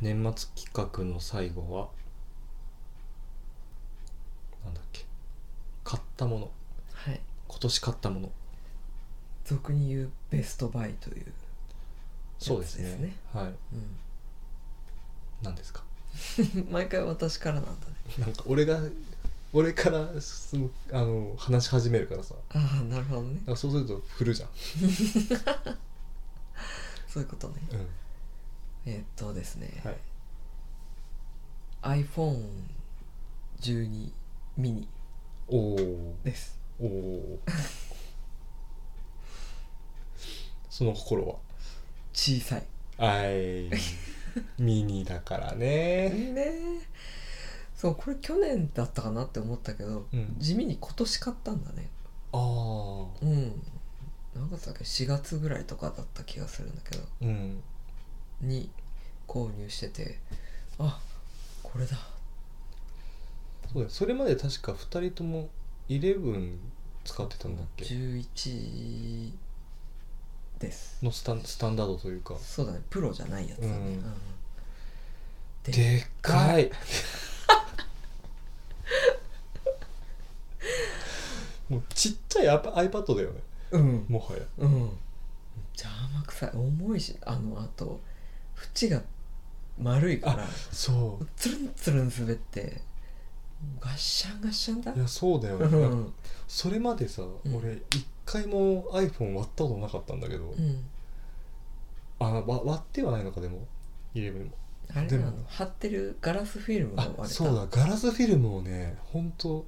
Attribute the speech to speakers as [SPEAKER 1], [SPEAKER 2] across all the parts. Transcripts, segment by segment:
[SPEAKER 1] 年末企画の最後はなんだっけ買ったもの
[SPEAKER 2] はい
[SPEAKER 1] 今年買ったもの
[SPEAKER 2] 俗に言うベストバイという、
[SPEAKER 1] そうですね
[SPEAKER 2] やつですね
[SPEAKER 1] はい
[SPEAKER 2] うん
[SPEAKER 1] 何ですか
[SPEAKER 2] 毎回私からなんだね
[SPEAKER 1] なんか俺が俺からすごくあの話し始めるからさ
[SPEAKER 2] ああなるほどね
[SPEAKER 1] なんかそうすると振るじゃん、
[SPEAKER 2] そういうことね
[SPEAKER 1] うん
[SPEAKER 2] えーっとですね、
[SPEAKER 1] はい、
[SPEAKER 2] iPhone12 ミニ
[SPEAKER 1] おお
[SPEAKER 2] です
[SPEAKER 1] おおその心は
[SPEAKER 2] 小さい
[SPEAKER 1] あ いミニだからね
[SPEAKER 2] ねえそうこれ去年だったかなって思ったけど、
[SPEAKER 1] うん
[SPEAKER 2] 地味に今年買ったんだね
[SPEAKER 1] ああ
[SPEAKER 2] うん何月だっけ4月ぐらいとかだった気がするんだけど
[SPEAKER 1] うん
[SPEAKER 2] に購入しててあこれだ
[SPEAKER 1] そうだよそれまで確か2人とも11使ってたんだっけ
[SPEAKER 2] 11です
[SPEAKER 1] のスタンスタンダードというか
[SPEAKER 2] そうだねプロじゃないやつだね、
[SPEAKER 1] うん
[SPEAKER 2] うんで
[SPEAKER 1] でっか いもうちっちゃいアパ iPad だよね
[SPEAKER 2] うん
[SPEAKER 1] もはや
[SPEAKER 2] うん邪魔くさい重いしあのあと縁が丸いから
[SPEAKER 1] そ
[SPEAKER 2] つるんつるん滑ってガッシャンガッシャンだ
[SPEAKER 1] ういやそうだよ
[SPEAKER 2] う
[SPEAKER 1] ね、
[SPEAKER 2] んう
[SPEAKER 1] なんか
[SPEAKER 2] ん
[SPEAKER 1] それまでさ、
[SPEAKER 2] ん
[SPEAKER 1] 俺一回も iPhone 割ったことなかったんだけど、あわ割ってはないのかでも11も
[SPEAKER 2] あれ
[SPEAKER 1] で
[SPEAKER 2] な
[SPEAKER 1] も
[SPEAKER 2] の貼ってるガラスフィルムが
[SPEAKER 1] あ
[SPEAKER 2] 割れた
[SPEAKER 1] そうだガラスフィルムをねほんと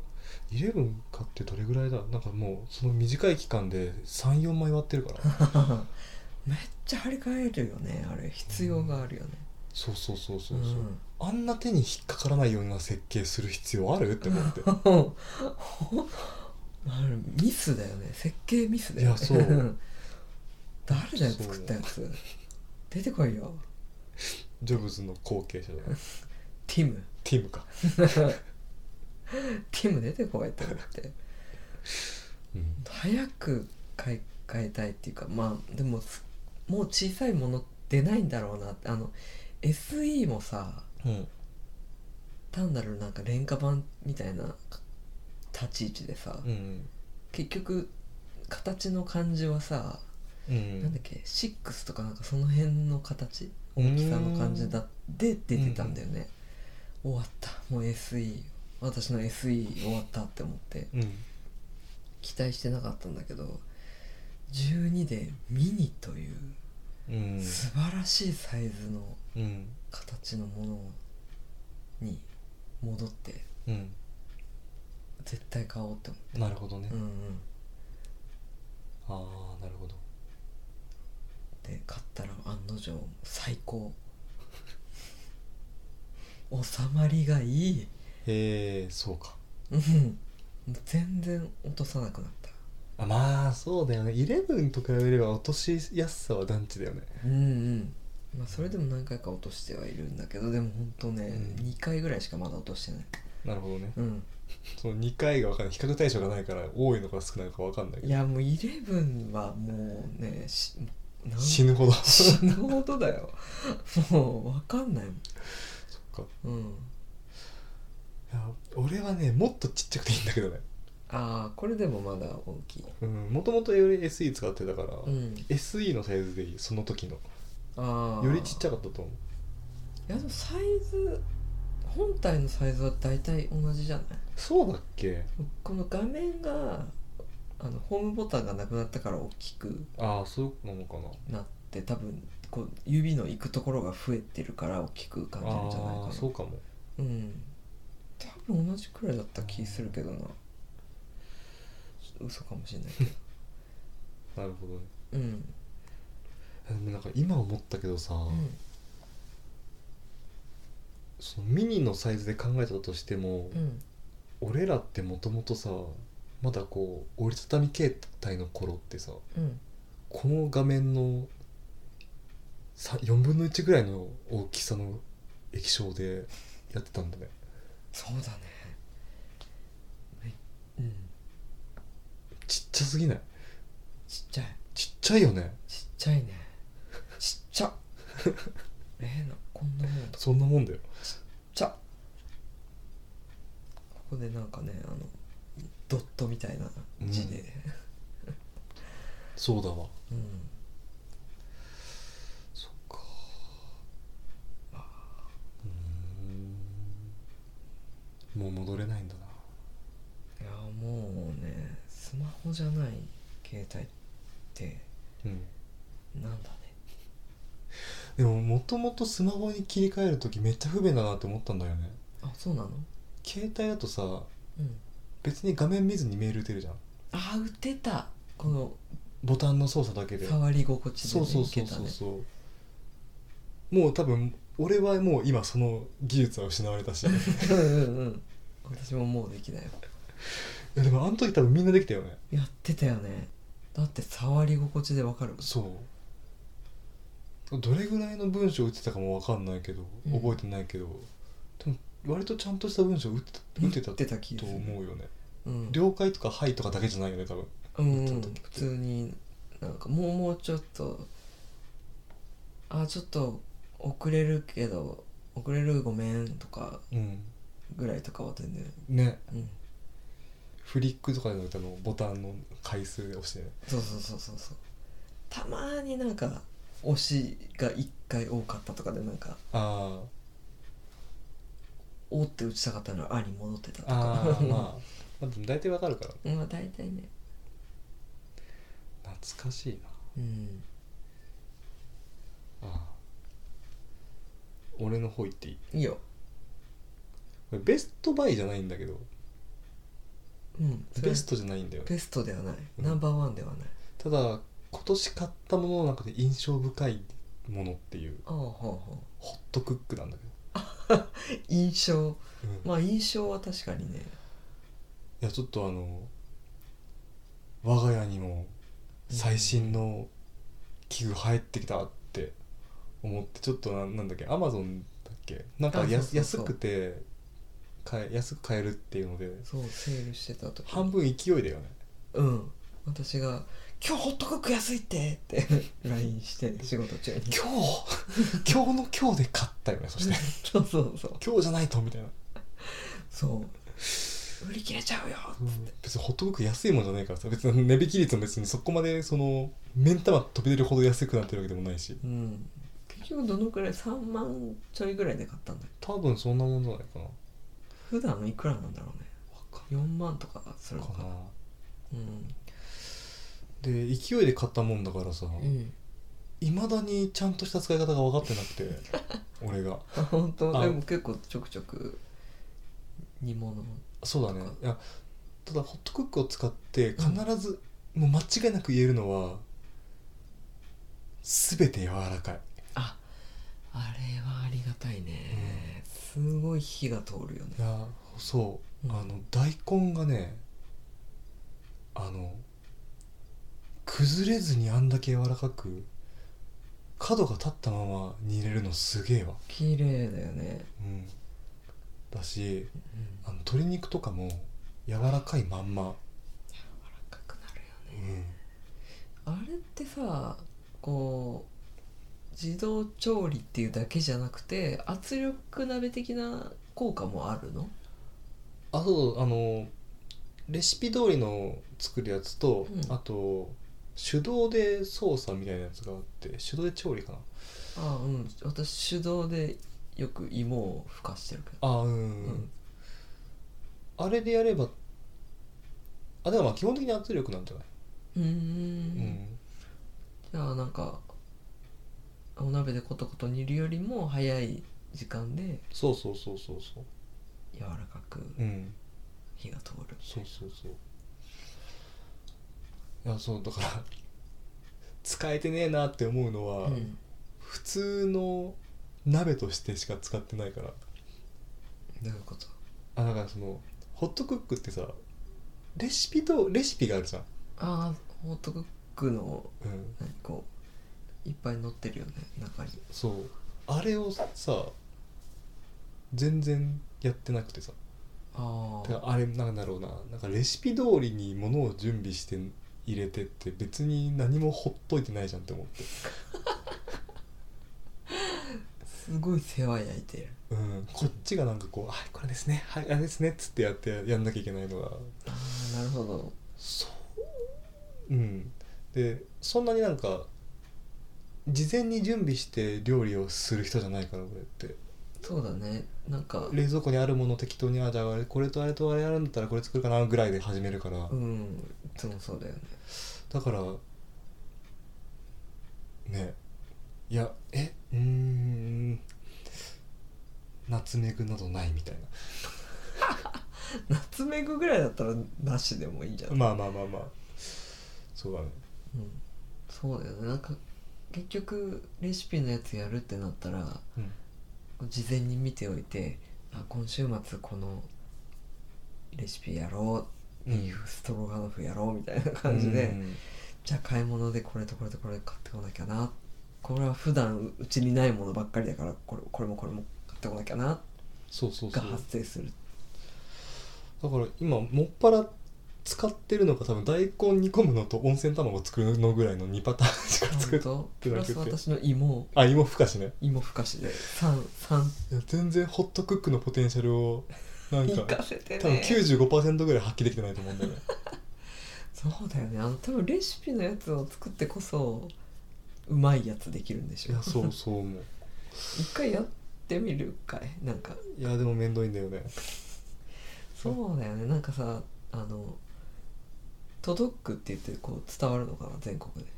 [SPEAKER 1] 11買ってどれぐらいだなんかもうその短い期間で34枚割ってるから
[SPEAKER 2] めっちゃ張り替えるよねあれ必要があるよね、、
[SPEAKER 1] そうそうそうそううんそう、あんな手に引っかからないような設計する必要あるって思って
[SPEAKER 2] あれミスだよね設計ミスだよね
[SPEAKER 1] いやそう
[SPEAKER 2] 誰だよ作ったやつ出てこいよ
[SPEAKER 1] ジョブズの後継者だな
[SPEAKER 2] ティム
[SPEAKER 1] ティムか、
[SPEAKER 2] ティム出てこいって思って
[SPEAKER 1] うん、
[SPEAKER 2] 早く買い替えたいっていうかまあでもすもう小さいもの出ないんだろうなってあの SE もさ
[SPEAKER 1] うん
[SPEAKER 2] 単なるなんか廉価版みたいな立ち位置でさ、
[SPEAKER 1] うん
[SPEAKER 2] 結局形の感じはさ、
[SPEAKER 1] う
[SPEAKER 2] なんだっ
[SPEAKER 1] ん
[SPEAKER 2] け6とかなんかその辺の形大きさの感じだで出てたんだよね、終わったもう SE 私の SE 終わったって思って
[SPEAKER 1] うん
[SPEAKER 2] 期待してなかったんだけど12でミニという
[SPEAKER 1] うん
[SPEAKER 2] 素晴らしいサイズの
[SPEAKER 1] うん
[SPEAKER 2] 形のものに戻って
[SPEAKER 1] うん
[SPEAKER 2] 絶対買おうって思
[SPEAKER 1] なるほどね、
[SPEAKER 2] う、うんうん、
[SPEAKER 1] ああなるほど
[SPEAKER 2] で買ったら案の定最高 収まりがいい
[SPEAKER 1] へえそうか
[SPEAKER 2] うん全然落とさなくなった
[SPEAKER 1] あまあそうだよね11と比べれば落としやすさは団地だよね
[SPEAKER 2] うんうんまあそれでも何回か落としてはいるんだけどでも本当ね、
[SPEAKER 1] うん
[SPEAKER 2] 2回ぐらいしかまだ落としてない
[SPEAKER 1] なるほどね
[SPEAKER 2] うん
[SPEAKER 1] その2回が分かんない比較対象がないから多いのか少ないのか分かんないけ
[SPEAKER 2] い
[SPEAKER 1] ど
[SPEAKER 2] やもう11はもうねしなん
[SPEAKER 1] 死ぬほ どそっ
[SPEAKER 2] 死ぬほどだよもう分かんない
[SPEAKER 1] か
[SPEAKER 2] もんうん
[SPEAKER 1] いや俺はねもっとちっちゃくていいんだけどね
[SPEAKER 2] ああこれでもまだ大きい
[SPEAKER 1] うんもともとより SE 使ってたから、
[SPEAKER 2] うん
[SPEAKER 1] SE のサイズでいいその時の
[SPEAKER 2] ああ
[SPEAKER 1] よりちっちゃかったと思う
[SPEAKER 2] いやでもサイズ本体のサイズは大体同じじゃない
[SPEAKER 1] そうだっけ
[SPEAKER 2] この画面があのホームボタンがなくなったから大きく
[SPEAKER 1] ああそうなのかな
[SPEAKER 2] なって多分こう指の行くところが増えてるから大きく感じるんじゃないか
[SPEAKER 1] ああ
[SPEAKER 2] な
[SPEAKER 1] そうかも
[SPEAKER 2] うん多分同じくらいだった気するけどな嘘かも しれないけど
[SPEAKER 1] なるほどね
[SPEAKER 2] うん、
[SPEAKER 1] でもなんか今思ったけどさ、
[SPEAKER 2] うん
[SPEAKER 1] そのミニのサイズで考えたとしても、
[SPEAKER 2] うん、
[SPEAKER 1] 俺らってもともとさまだこう折りたたみ携帯の頃ってさ
[SPEAKER 2] うん
[SPEAKER 1] この画面のさ4分の1ぐらいの大きさの液晶でやってたんだね
[SPEAKER 2] そうだねめうん
[SPEAKER 1] ちっちゃすぎない
[SPEAKER 2] ちっちゃい
[SPEAKER 1] ちっちゃいよね
[SPEAKER 2] ちっちゃいねちっちゃえーなこんなもんと
[SPEAKER 1] そんなもんだよ
[SPEAKER 2] ちゃここでなんかねあのドットみたいな字で、
[SPEAKER 1] そうだわ
[SPEAKER 2] うん
[SPEAKER 1] そっかうーんもう戻れないんだない
[SPEAKER 2] やもうねスマホじゃない携帯って
[SPEAKER 1] うん
[SPEAKER 2] なんだね
[SPEAKER 1] でももともとスマホに切り替える時めっちゃ不便だなって思ったんだよね
[SPEAKER 2] あそうなの
[SPEAKER 1] 携帯だとさ
[SPEAKER 2] うん
[SPEAKER 1] 別に画面見ずにメール打てるじゃん
[SPEAKER 2] あ打てたこの
[SPEAKER 1] ボタンの操作だけで
[SPEAKER 2] 触り心地で
[SPEAKER 1] そう
[SPEAKER 2] ね
[SPEAKER 1] そう
[SPEAKER 2] い
[SPEAKER 1] そ
[SPEAKER 2] け
[SPEAKER 1] う
[SPEAKER 2] た
[SPEAKER 1] そう
[SPEAKER 2] ね
[SPEAKER 1] そうもう多分俺はもう今その技術は失われ たしい
[SPEAKER 2] うんうんうん私ももうできないわ
[SPEAKER 1] やでもあの時多分みんなできたよね
[SPEAKER 2] やってたよねだって触り心地でわかるもん
[SPEAKER 1] そうどれぐらいの文章打ってたかも分かんないけど
[SPEAKER 2] うん
[SPEAKER 1] 覚えてないけど、でも割とちゃんとした文章打ってた打てた
[SPEAKER 2] 打ってた気が
[SPEAKER 1] と
[SPEAKER 2] する
[SPEAKER 1] 思うよね
[SPEAKER 2] うん
[SPEAKER 1] 了解とか「はい」とかだけじゃないよね多分
[SPEAKER 2] うん
[SPEAKER 1] ちょっ
[SPEAKER 2] うん
[SPEAKER 1] と聞くと
[SPEAKER 2] 普通になんかもうもうちょっとあちょっと遅れるけど遅れるごめんとか
[SPEAKER 1] うん
[SPEAKER 2] ぐらいとかは全然
[SPEAKER 1] ね
[SPEAKER 2] うん
[SPEAKER 1] フリックとかじゃなくてあのボタンの回数で押してね
[SPEAKER 2] そうそうそうそうそうたまーになんか推しが1回多かったとかでなんか
[SPEAKER 1] あ
[SPEAKER 2] 「お」って打ちたかったら「あ」に戻ってた
[SPEAKER 1] ー
[SPEAKER 2] とか
[SPEAKER 1] あー
[SPEAKER 2] ま
[SPEAKER 1] まあまあでも大体分かるから
[SPEAKER 2] あ大体ね
[SPEAKER 1] 懐かしいな
[SPEAKER 2] うん
[SPEAKER 1] ああ俺の方行っていい
[SPEAKER 2] いいよ
[SPEAKER 1] これベストバイじゃないんだけど
[SPEAKER 2] うんそれ
[SPEAKER 1] ベストじゃないんだよ
[SPEAKER 2] ベストではない
[SPEAKER 1] うん
[SPEAKER 2] ナンバーワンではない
[SPEAKER 1] ただ今年買ったものの中で印象深いものっていう
[SPEAKER 2] ああほうほ
[SPEAKER 1] ホットクックなんだけ
[SPEAKER 2] う印象
[SPEAKER 1] ど、うんい
[SPEAKER 2] まあ印象は確かにね
[SPEAKER 1] やちょっとあの我が家にも最新の器具入ってきたって思ってちょっとななんだっけアマゾンだっけなんか
[SPEAKER 2] あ
[SPEAKER 1] や
[SPEAKER 2] そうそうそ
[SPEAKER 1] 安
[SPEAKER 2] う
[SPEAKER 1] くて買え安く買えるっていうので
[SPEAKER 2] そうセールしてた時
[SPEAKER 1] 半分勢いだよね
[SPEAKER 2] うん私が「今日ホットクック安いって!」って LINE して仕事中に
[SPEAKER 1] 今日今日の今日で勝ったよねそして
[SPEAKER 2] そうそうそう
[SPEAKER 1] 今日じゃないとみたいな、
[SPEAKER 2] そう売り切れちゃうよ
[SPEAKER 1] 別にホットクック安いもんじゃないからさ別に値引き率も別にそこまでその目ん玉飛び出るほど安くなってるわけでもないし
[SPEAKER 2] うん結局どのくらい3万ちょいぐらいで買ったんだよ
[SPEAKER 1] 多分そんなもんじゃないかな
[SPEAKER 2] 普段いくらなんだろうね4万とかするの
[SPEAKER 1] か
[SPEAKER 2] か
[SPEAKER 1] な
[SPEAKER 2] なうん
[SPEAKER 1] で勢いで買ったもんだからさ
[SPEAKER 2] うん
[SPEAKER 1] いま、未だにちゃんとした使い方が分かってなくて 俺が
[SPEAKER 2] あ本当
[SPEAKER 1] あ
[SPEAKER 2] でも結構ちょくちょく煮物
[SPEAKER 1] そうだね
[SPEAKER 2] そっか
[SPEAKER 1] いやただホットクックを使って必ず、もう間違いなく言えるのは全て柔らかい
[SPEAKER 2] ああれはありがたいね、すごい火が通るよね
[SPEAKER 1] いやそう、
[SPEAKER 2] うん
[SPEAKER 1] あの大根がねあの崩れずにあんだけ柔らかく角が立ったまま煮れるのすげえわ、
[SPEAKER 2] 綺麗だよね、
[SPEAKER 1] うん、だしあ
[SPEAKER 2] うん、
[SPEAKER 1] の鶏肉とかも柔らかいまんま、
[SPEAKER 2] 柔らかくなる
[SPEAKER 1] う
[SPEAKER 2] よね
[SPEAKER 1] ん、
[SPEAKER 2] あれってさこう自動調理っていうだけじゃなくて圧力鍋的な効果もあるの
[SPEAKER 1] あとあのレシピ通りの作るやつと、
[SPEAKER 2] うん
[SPEAKER 1] あと手動で操作みたいなやつがあって手動で調理かな
[SPEAKER 2] あうん私手動でよく芋をふかしてるけど
[SPEAKER 1] あうん、
[SPEAKER 2] うん
[SPEAKER 1] あれでやればあでもまあ基本的に圧力なんじゃないう
[SPEAKER 2] ーん
[SPEAKER 1] うん、
[SPEAKER 2] じゃあなんかお鍋でコトコト煮るよりも早い時間で
[SPEAKER 1] そうそうそうそうそう
[SPEAKER 2] 柔らかく
[SPEAKER 1] うん
[SPEAKER 2] 火が通る
[SPEAKER 1] そうそうそういやそうだから 使えてねえなって思うのは、
[SPEAKER 2] うん
[SPEAKER 1] 普通の鍋としてしか使ってないから
[SPEAKER 2] どういうこと
[SPEAKER 1] あだからそのホットクックってさレシピとレシピがあるじゃん、
[SPEAKER 2] ああホットクックの
[SPEAKER 1] うん、
[SPEAKER 2] 何こういっぱい乗ってるよね中に
[SPEAKER 1] そうあれをさ全然やってなくてさ
[SPEAKER 2] あ
[SPEAKER 1] だ
[SPEAKER 2] あ
[SPEAKER 1] からあれなんだろうななんかレシピ通りにものを準備して入れてって別に何もほっといてないじゃんって思って
[SPEAKER 2] すごい世話焼いてる
[SPEAKER 1] うん、こっちがなんかこう「はいこれですねはいあれですね」っつってやってやんなきゃいけないのが
[SPEAKER 2] ああなるほど
[SPEAKER 1] そううんでそんなになんか事前に準備して料理をする人じゃないから俺って
[SPEAKER 2] そうだねなんか
[SPEAKER 1] 冷蔵庫にあるもの適当にあじゃああれこれとあれとあれあるんだったらこれ作るかなぐらいで始めるから、
[SPEAKER 2] うんいつもそうだよね
[SPEAKER 1] だからねいやえうーんナツメグなどないみたい
[SPEAKER 2] ナツメグぐらいだったらなしでもいいんじゃな、
[SPEAKER 1] ないまあまあまあまあそうだね
[SPEAKER 2] うん、そうだよねなんか結局レシピのやつやるってなったら
[SPEAKER 1] うん
[SPEAKER 2] 事前に見ておいてあ今週末このレシピやろう
[SPEAKER 1] うん
[SPEAKER 2] ビーフストロガノフやろうみたいな感じで、
[SPEAKER 1] うん
[SPEAKER 2] じゃあ買い物でこれとこれとこれ買ってこなきゃなこれは普段ううちにないものばっかりだからこれこれもこれも買ってこなきゃな
[SPEAKER 1] そうそうそ
[SPEAKER 2] が
[SPEAKER 1] う
[SPEAKER 2] 発生する
[SPEAKER 1] だから今もっぱら使ってるのが多分大根煮込むのと温泉卵作るのぐらいの2パターンしか作
[SPEAKER 2] 本
[SPEAKER 1] ってて
[SPEAKER 2] 当プ
[SPEAKER 1] な
[SPEAKER 2] ラ
[SPEAKER 1] くて
[SPEAKER 2] ス私の芋
[SPEAKER 1] あ芋ふかしね
[SPEAKER 2] 芋ふかしで3三
[SPEAKER 1] いや全然ホットクックのポテンシャルをなん
[SPEAKER 2] 行
[SPEAKER 1] か
[SPEAKER 2] かせて
[SPEAKER 1] 多分
[SPEAKER 2] ね
[SPEAKER 1] 95%ぐらい発揮できてないと思うんだよね
[SPEAKER 2] そうだよねあの多分レシピのやつを作ってこそうまいやつできるんでし
[SPEAKER 1] い
[SPEAKER 2] ょ
[SPEAKER 1] やそうそう思う
[SPEAKER 2] 一回やってみるかいなんか
[SPEAKER 1] いやでも面倒いんだよね
[SPEAKER 2] そうだよねなんかさあの届くって言ってこう伝わるのかな全国で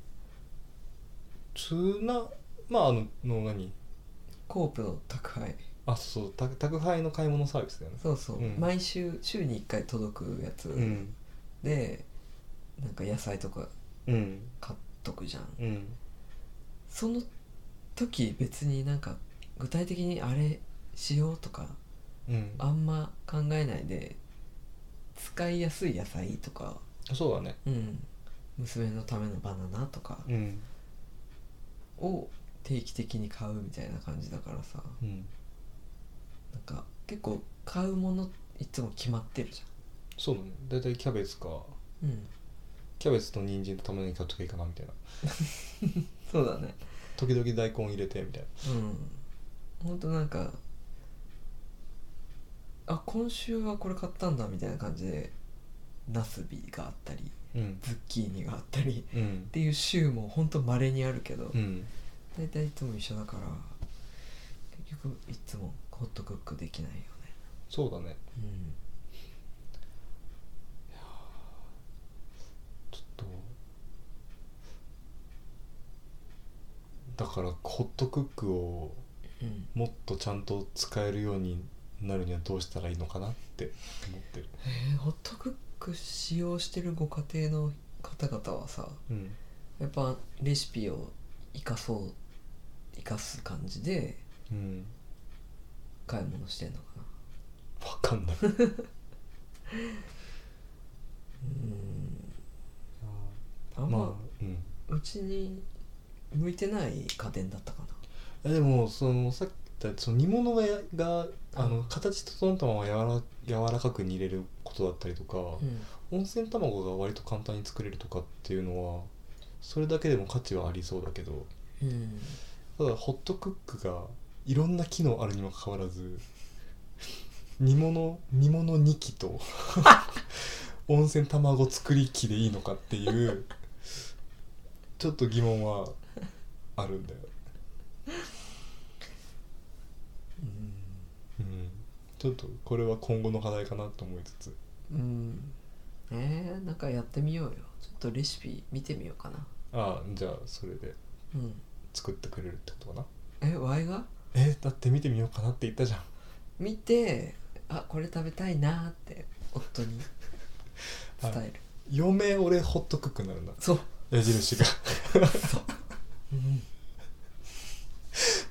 [SPEAKER 1] ツナまああのの何
[SPEAKER 2] コープの宅配
[SPEAKER 1] あそう宅宅配の買い物サービスだよね
[SPEAKER 2] そうそう、
[SPEAKER 1] うん
[SPEAKER 2] 毎週週に1回届くやつ
[SPEAKER 1] うん
[SPEAKER 2] で、なんか野菜とか
[SPEAKER 1] うん
[SPEAKER 2] 買っとくじゃん
[SPEAKER 1] うん
[SPEAKER 2] その時別になんか具体的にあれしようとか
[SPEAKER 1] うん
[SPEAKER 2] あんま考えないで使いやすい野菜とか、
[SPEAKER 1] そうだね
[SPEAKER 2] うん、娘のためのバナナとか
[SPEAKER 1] うん
[SPEAKER 2] を定期的に買うみたいな感じだからさ
[SPEAKER 1] うん
[SPEAKER 2] なんか結構買うものいつも決まってるじ
[SPEAKER 1] そうだね大体キャベツか
[SPEAKER 2] ゃんうん
[SPEAKER 1] キャベツと人参と玉ねぎ買っとけばいいかなみたいな
[SPEAKER 2] そうだね
[SPEAKER 1] 時々大根入れてみたいな
[SPEAKER 2] うんほんとなんかあ今週はこれ買ったんだみたいな感じでナスビがあったり
[SPEAKER 1] うん
[SPEAKER 2] ズッキーニがあったり
[SPEAKER 1] う
[SPEAKER 2] っ
[SPEAKER 1] ん
[SPEAKER 2] ていう週もほんとまれにあるけど、
[SPEAKER 1] うん
[SPEAKER 2] 大体いつも一緒だから結局いつもホットクックできないよね
[SPEAKER 1] そうだね
[SPEAKER 2] うん
[SPEAKER 1] ちょっとだからホットクックを
[SPEAKER 2] うん、
[SPEAKER 1] もっとちゃんと使えるようになるにはどうしたらいいのかなって思ってる
[SPEAKER 2] えーホットクック使用してるご家庭の方々はさ
[SPEAKER 1] うん
[SPEAKER 2] やっぱレシピを生かそう生かす感じで
[SPEAKER 1] うん
[SPEAKER 2] 買い物してんのかな
[SPEAKER 1] わかんない
[SPEAKER 2] うんあんま、
[SPEAKER 1] まあうん
[SPEAKER 2] うちに向いてない家電だったかな
[SPEAKER 1] えでもそのさっき言ったその煮物がやがあの形整ったまま柔ら柔らかく煮れることだったりとか、
[SPEAKER 2] う
[SPEAKER 1] 温泉卵が割と簡単に作れるとかっていうのはそれだけでも価値はありそうだけど
[SPEAKER 2] ん、うん、
[SPEAKER 1] ただホットクックがいろんな機能あるにもかかわらず煮物煮物2機と温泉卵作り機でいいのかっていうちょっと疑問はあるんだよ、うん、ちょっとこれは今後の課題かなと思いつつ
[SPEAKER 2] うん、うん、えー、なんかやってみようよちょっとレシピ見てみようかな
[SPEAKER 1] ああじゃあそれで
[SPEAKER 2] うん
[SPEAKER 1] 作ってくれるってことかな
[SPEAKER 2] えワイが
[SPEAKER 1] えだって見てみようかなって言ったじゃん
[SPEAKER 2] 見てあこれ食べたいなーって 夫に伝える、
[SPEAKER 1] 嫁俺ホットクックになるんだ
[SPEAKER 2] そう
[SPEAKER 1] 矢印が
[SPEAKER 2] そう、うん、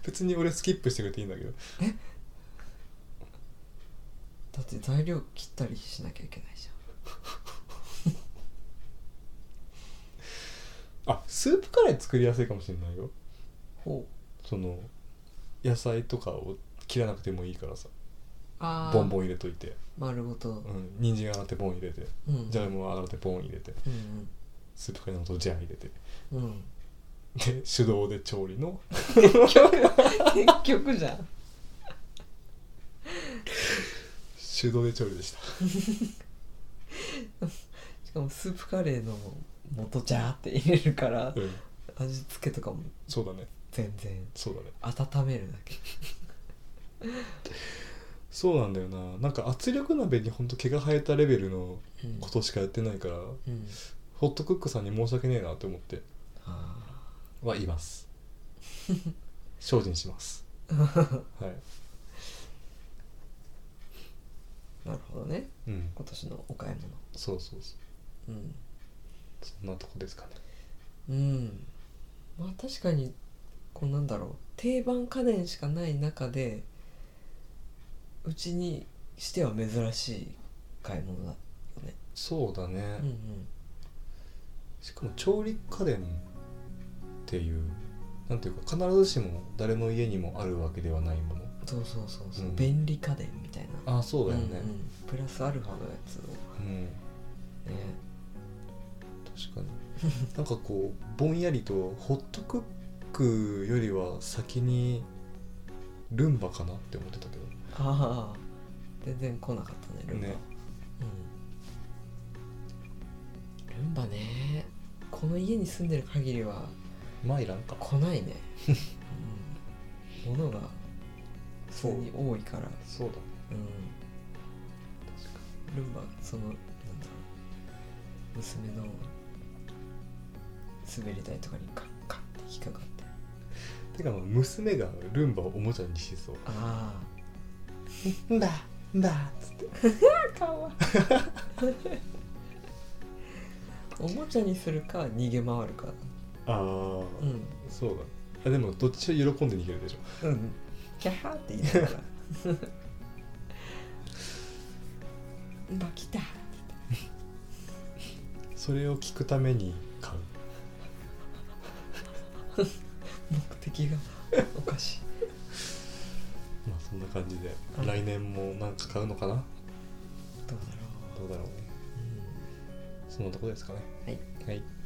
[SPEAKER 1] 別に俺スキップしてくれていいんだけど
[SPEAKER 2] だって材料切ったりしなきゃいけないじ
[SPEAKER 1] あスープカレー作りやすいかもしれないよ
[SPEAKER 2] ゃんほう
[SPEAKER 1] その野菜とかを切らなくてもいいからさ
[SPEAKER 2] あー
[SPEAKER 1] ボンボン入れといて
[SPEAKER 2] 丸ごと
[SPEAKER 1] うん人参洗ってボン入れて
[SPEAKER 2] うん
[SPEAKER 1] じゃがいも洗ってボン入れて
[SPEAKER 2] うん
[SPEAKER 1] スープカレーの素ジャー入れて
[SPEAKER 2] うんうん
[SPEAKER 1] で手動で調理の
[SPEAKER 2] 結局じゃん
[SPEAKER 1] 手動で調理でした
[SPEAKER 2] しかもスープカレーの元ジャーって入れるから
[SPEAKER 1] うん
[SPEAKER 2] 味付けとかも
[SPEAKER 1] そうだね
[SPEAKER 2] 全然
[SPEAKER 1] そうだね
[SPEAKER 2] 温めるだけ
[SPEAKER 1] そうなんだよななんか圧力鍋にほんと毛が生えたレベルの
[SPEAKER 2] うん
[SPEAKER 1] ことしかやってないから
[SPEAKER 2] うん
[SPEAKER 1] ホットクックさんに申し訳ねえなって思って
[SPEAKER 2] あ
[SPEAKER 1] は言います精進しますはい
[SPEAKER 2] ーなるほどね
[SPEAKER 1] うん
[SPEAKER 2] 今年のお買い物
[SPEAKER 1] そうそうそう
[SPEAKER 2] うん
[SPEAKER 1] そんなとこですかね
[SPEAKER 2] うんまあ確かにこうなんだろう定番家電しかない中でうちにしては珍しい買い物だよね
[SPEAKER 1] そうだね、
[SPEAKER 2] うんうん
[SPEAKER 1] しかも調理家電っていうなんていうか必ずしも誰の家にもあるわけではないもの
[SPEAKER 2] そうそうそうそう、
[SPEAKER 1] うん
[SPEAKER 2] 便利家電みたいな
[SPEAKER 1] ああそうだよね
[SPEAKER 2] んうんプラスアルファのやつを
[SPEAKER 1] うん、
[SPEAKER 2] ね
[SPEAKER 1] 確かになんかこうぼんやりとホットクックよりは先にルンバかなって思ってたけ
[SPEAKER 2] ああ全然来なかった
[SPEAKER 1] ど
[SPEAKER 2] ねルンバ、
[SPEAKER 1] ね
[SPEAKER 2] うんルンバねこの家に住んでる限りは
[SPEAKER 1] マイランか
[SPEAKER 2] 来ない ね、うん、物が普通に多いから
[SPEAKER 1] そうだね
[SPEAKER 2] うん
[SPEAKER 1] 確か
[SPEAKER 2] ルンバそのなんだろう娘の滑り台とかにカッカッて引っかかって
[SPEAKER 1] にてかまあ娘がルンバをおもちゃにしそう
[SPEAKER 2] あ
[SPEAKER 1] 「んだんだ」っつって
[SPEAKER 2] あ かわい おもちゃにするか逃げ回るか
[SPEAKER 1] ああ、
[SPEAKER 2] うん
[SPEAKER 1] そうだあでもどっちを喜んで逃げるでしょ
[SPEAKER 2] うんキャハーって言いなが らルンバ来た
[SPEAKER 1] それを聞くために買う
[SPEAKER 2] 目的がおかしい
[SPEAKER 1] まあそんな感じで
[SPEAKER 2] うん
[SPEAKER 1] 来年もなんか買うのかな
[SPEAKER 2] どうだ
[SPEAKER 1] ど
[SPEAKER 2] ろ
[SPEAKER 1] うだろうね
[SPEAKER 2] う、うん
[SPEAKER 1] そんなとこですかね
[SPEAKER 2] はい
[SPEAKER 1] はい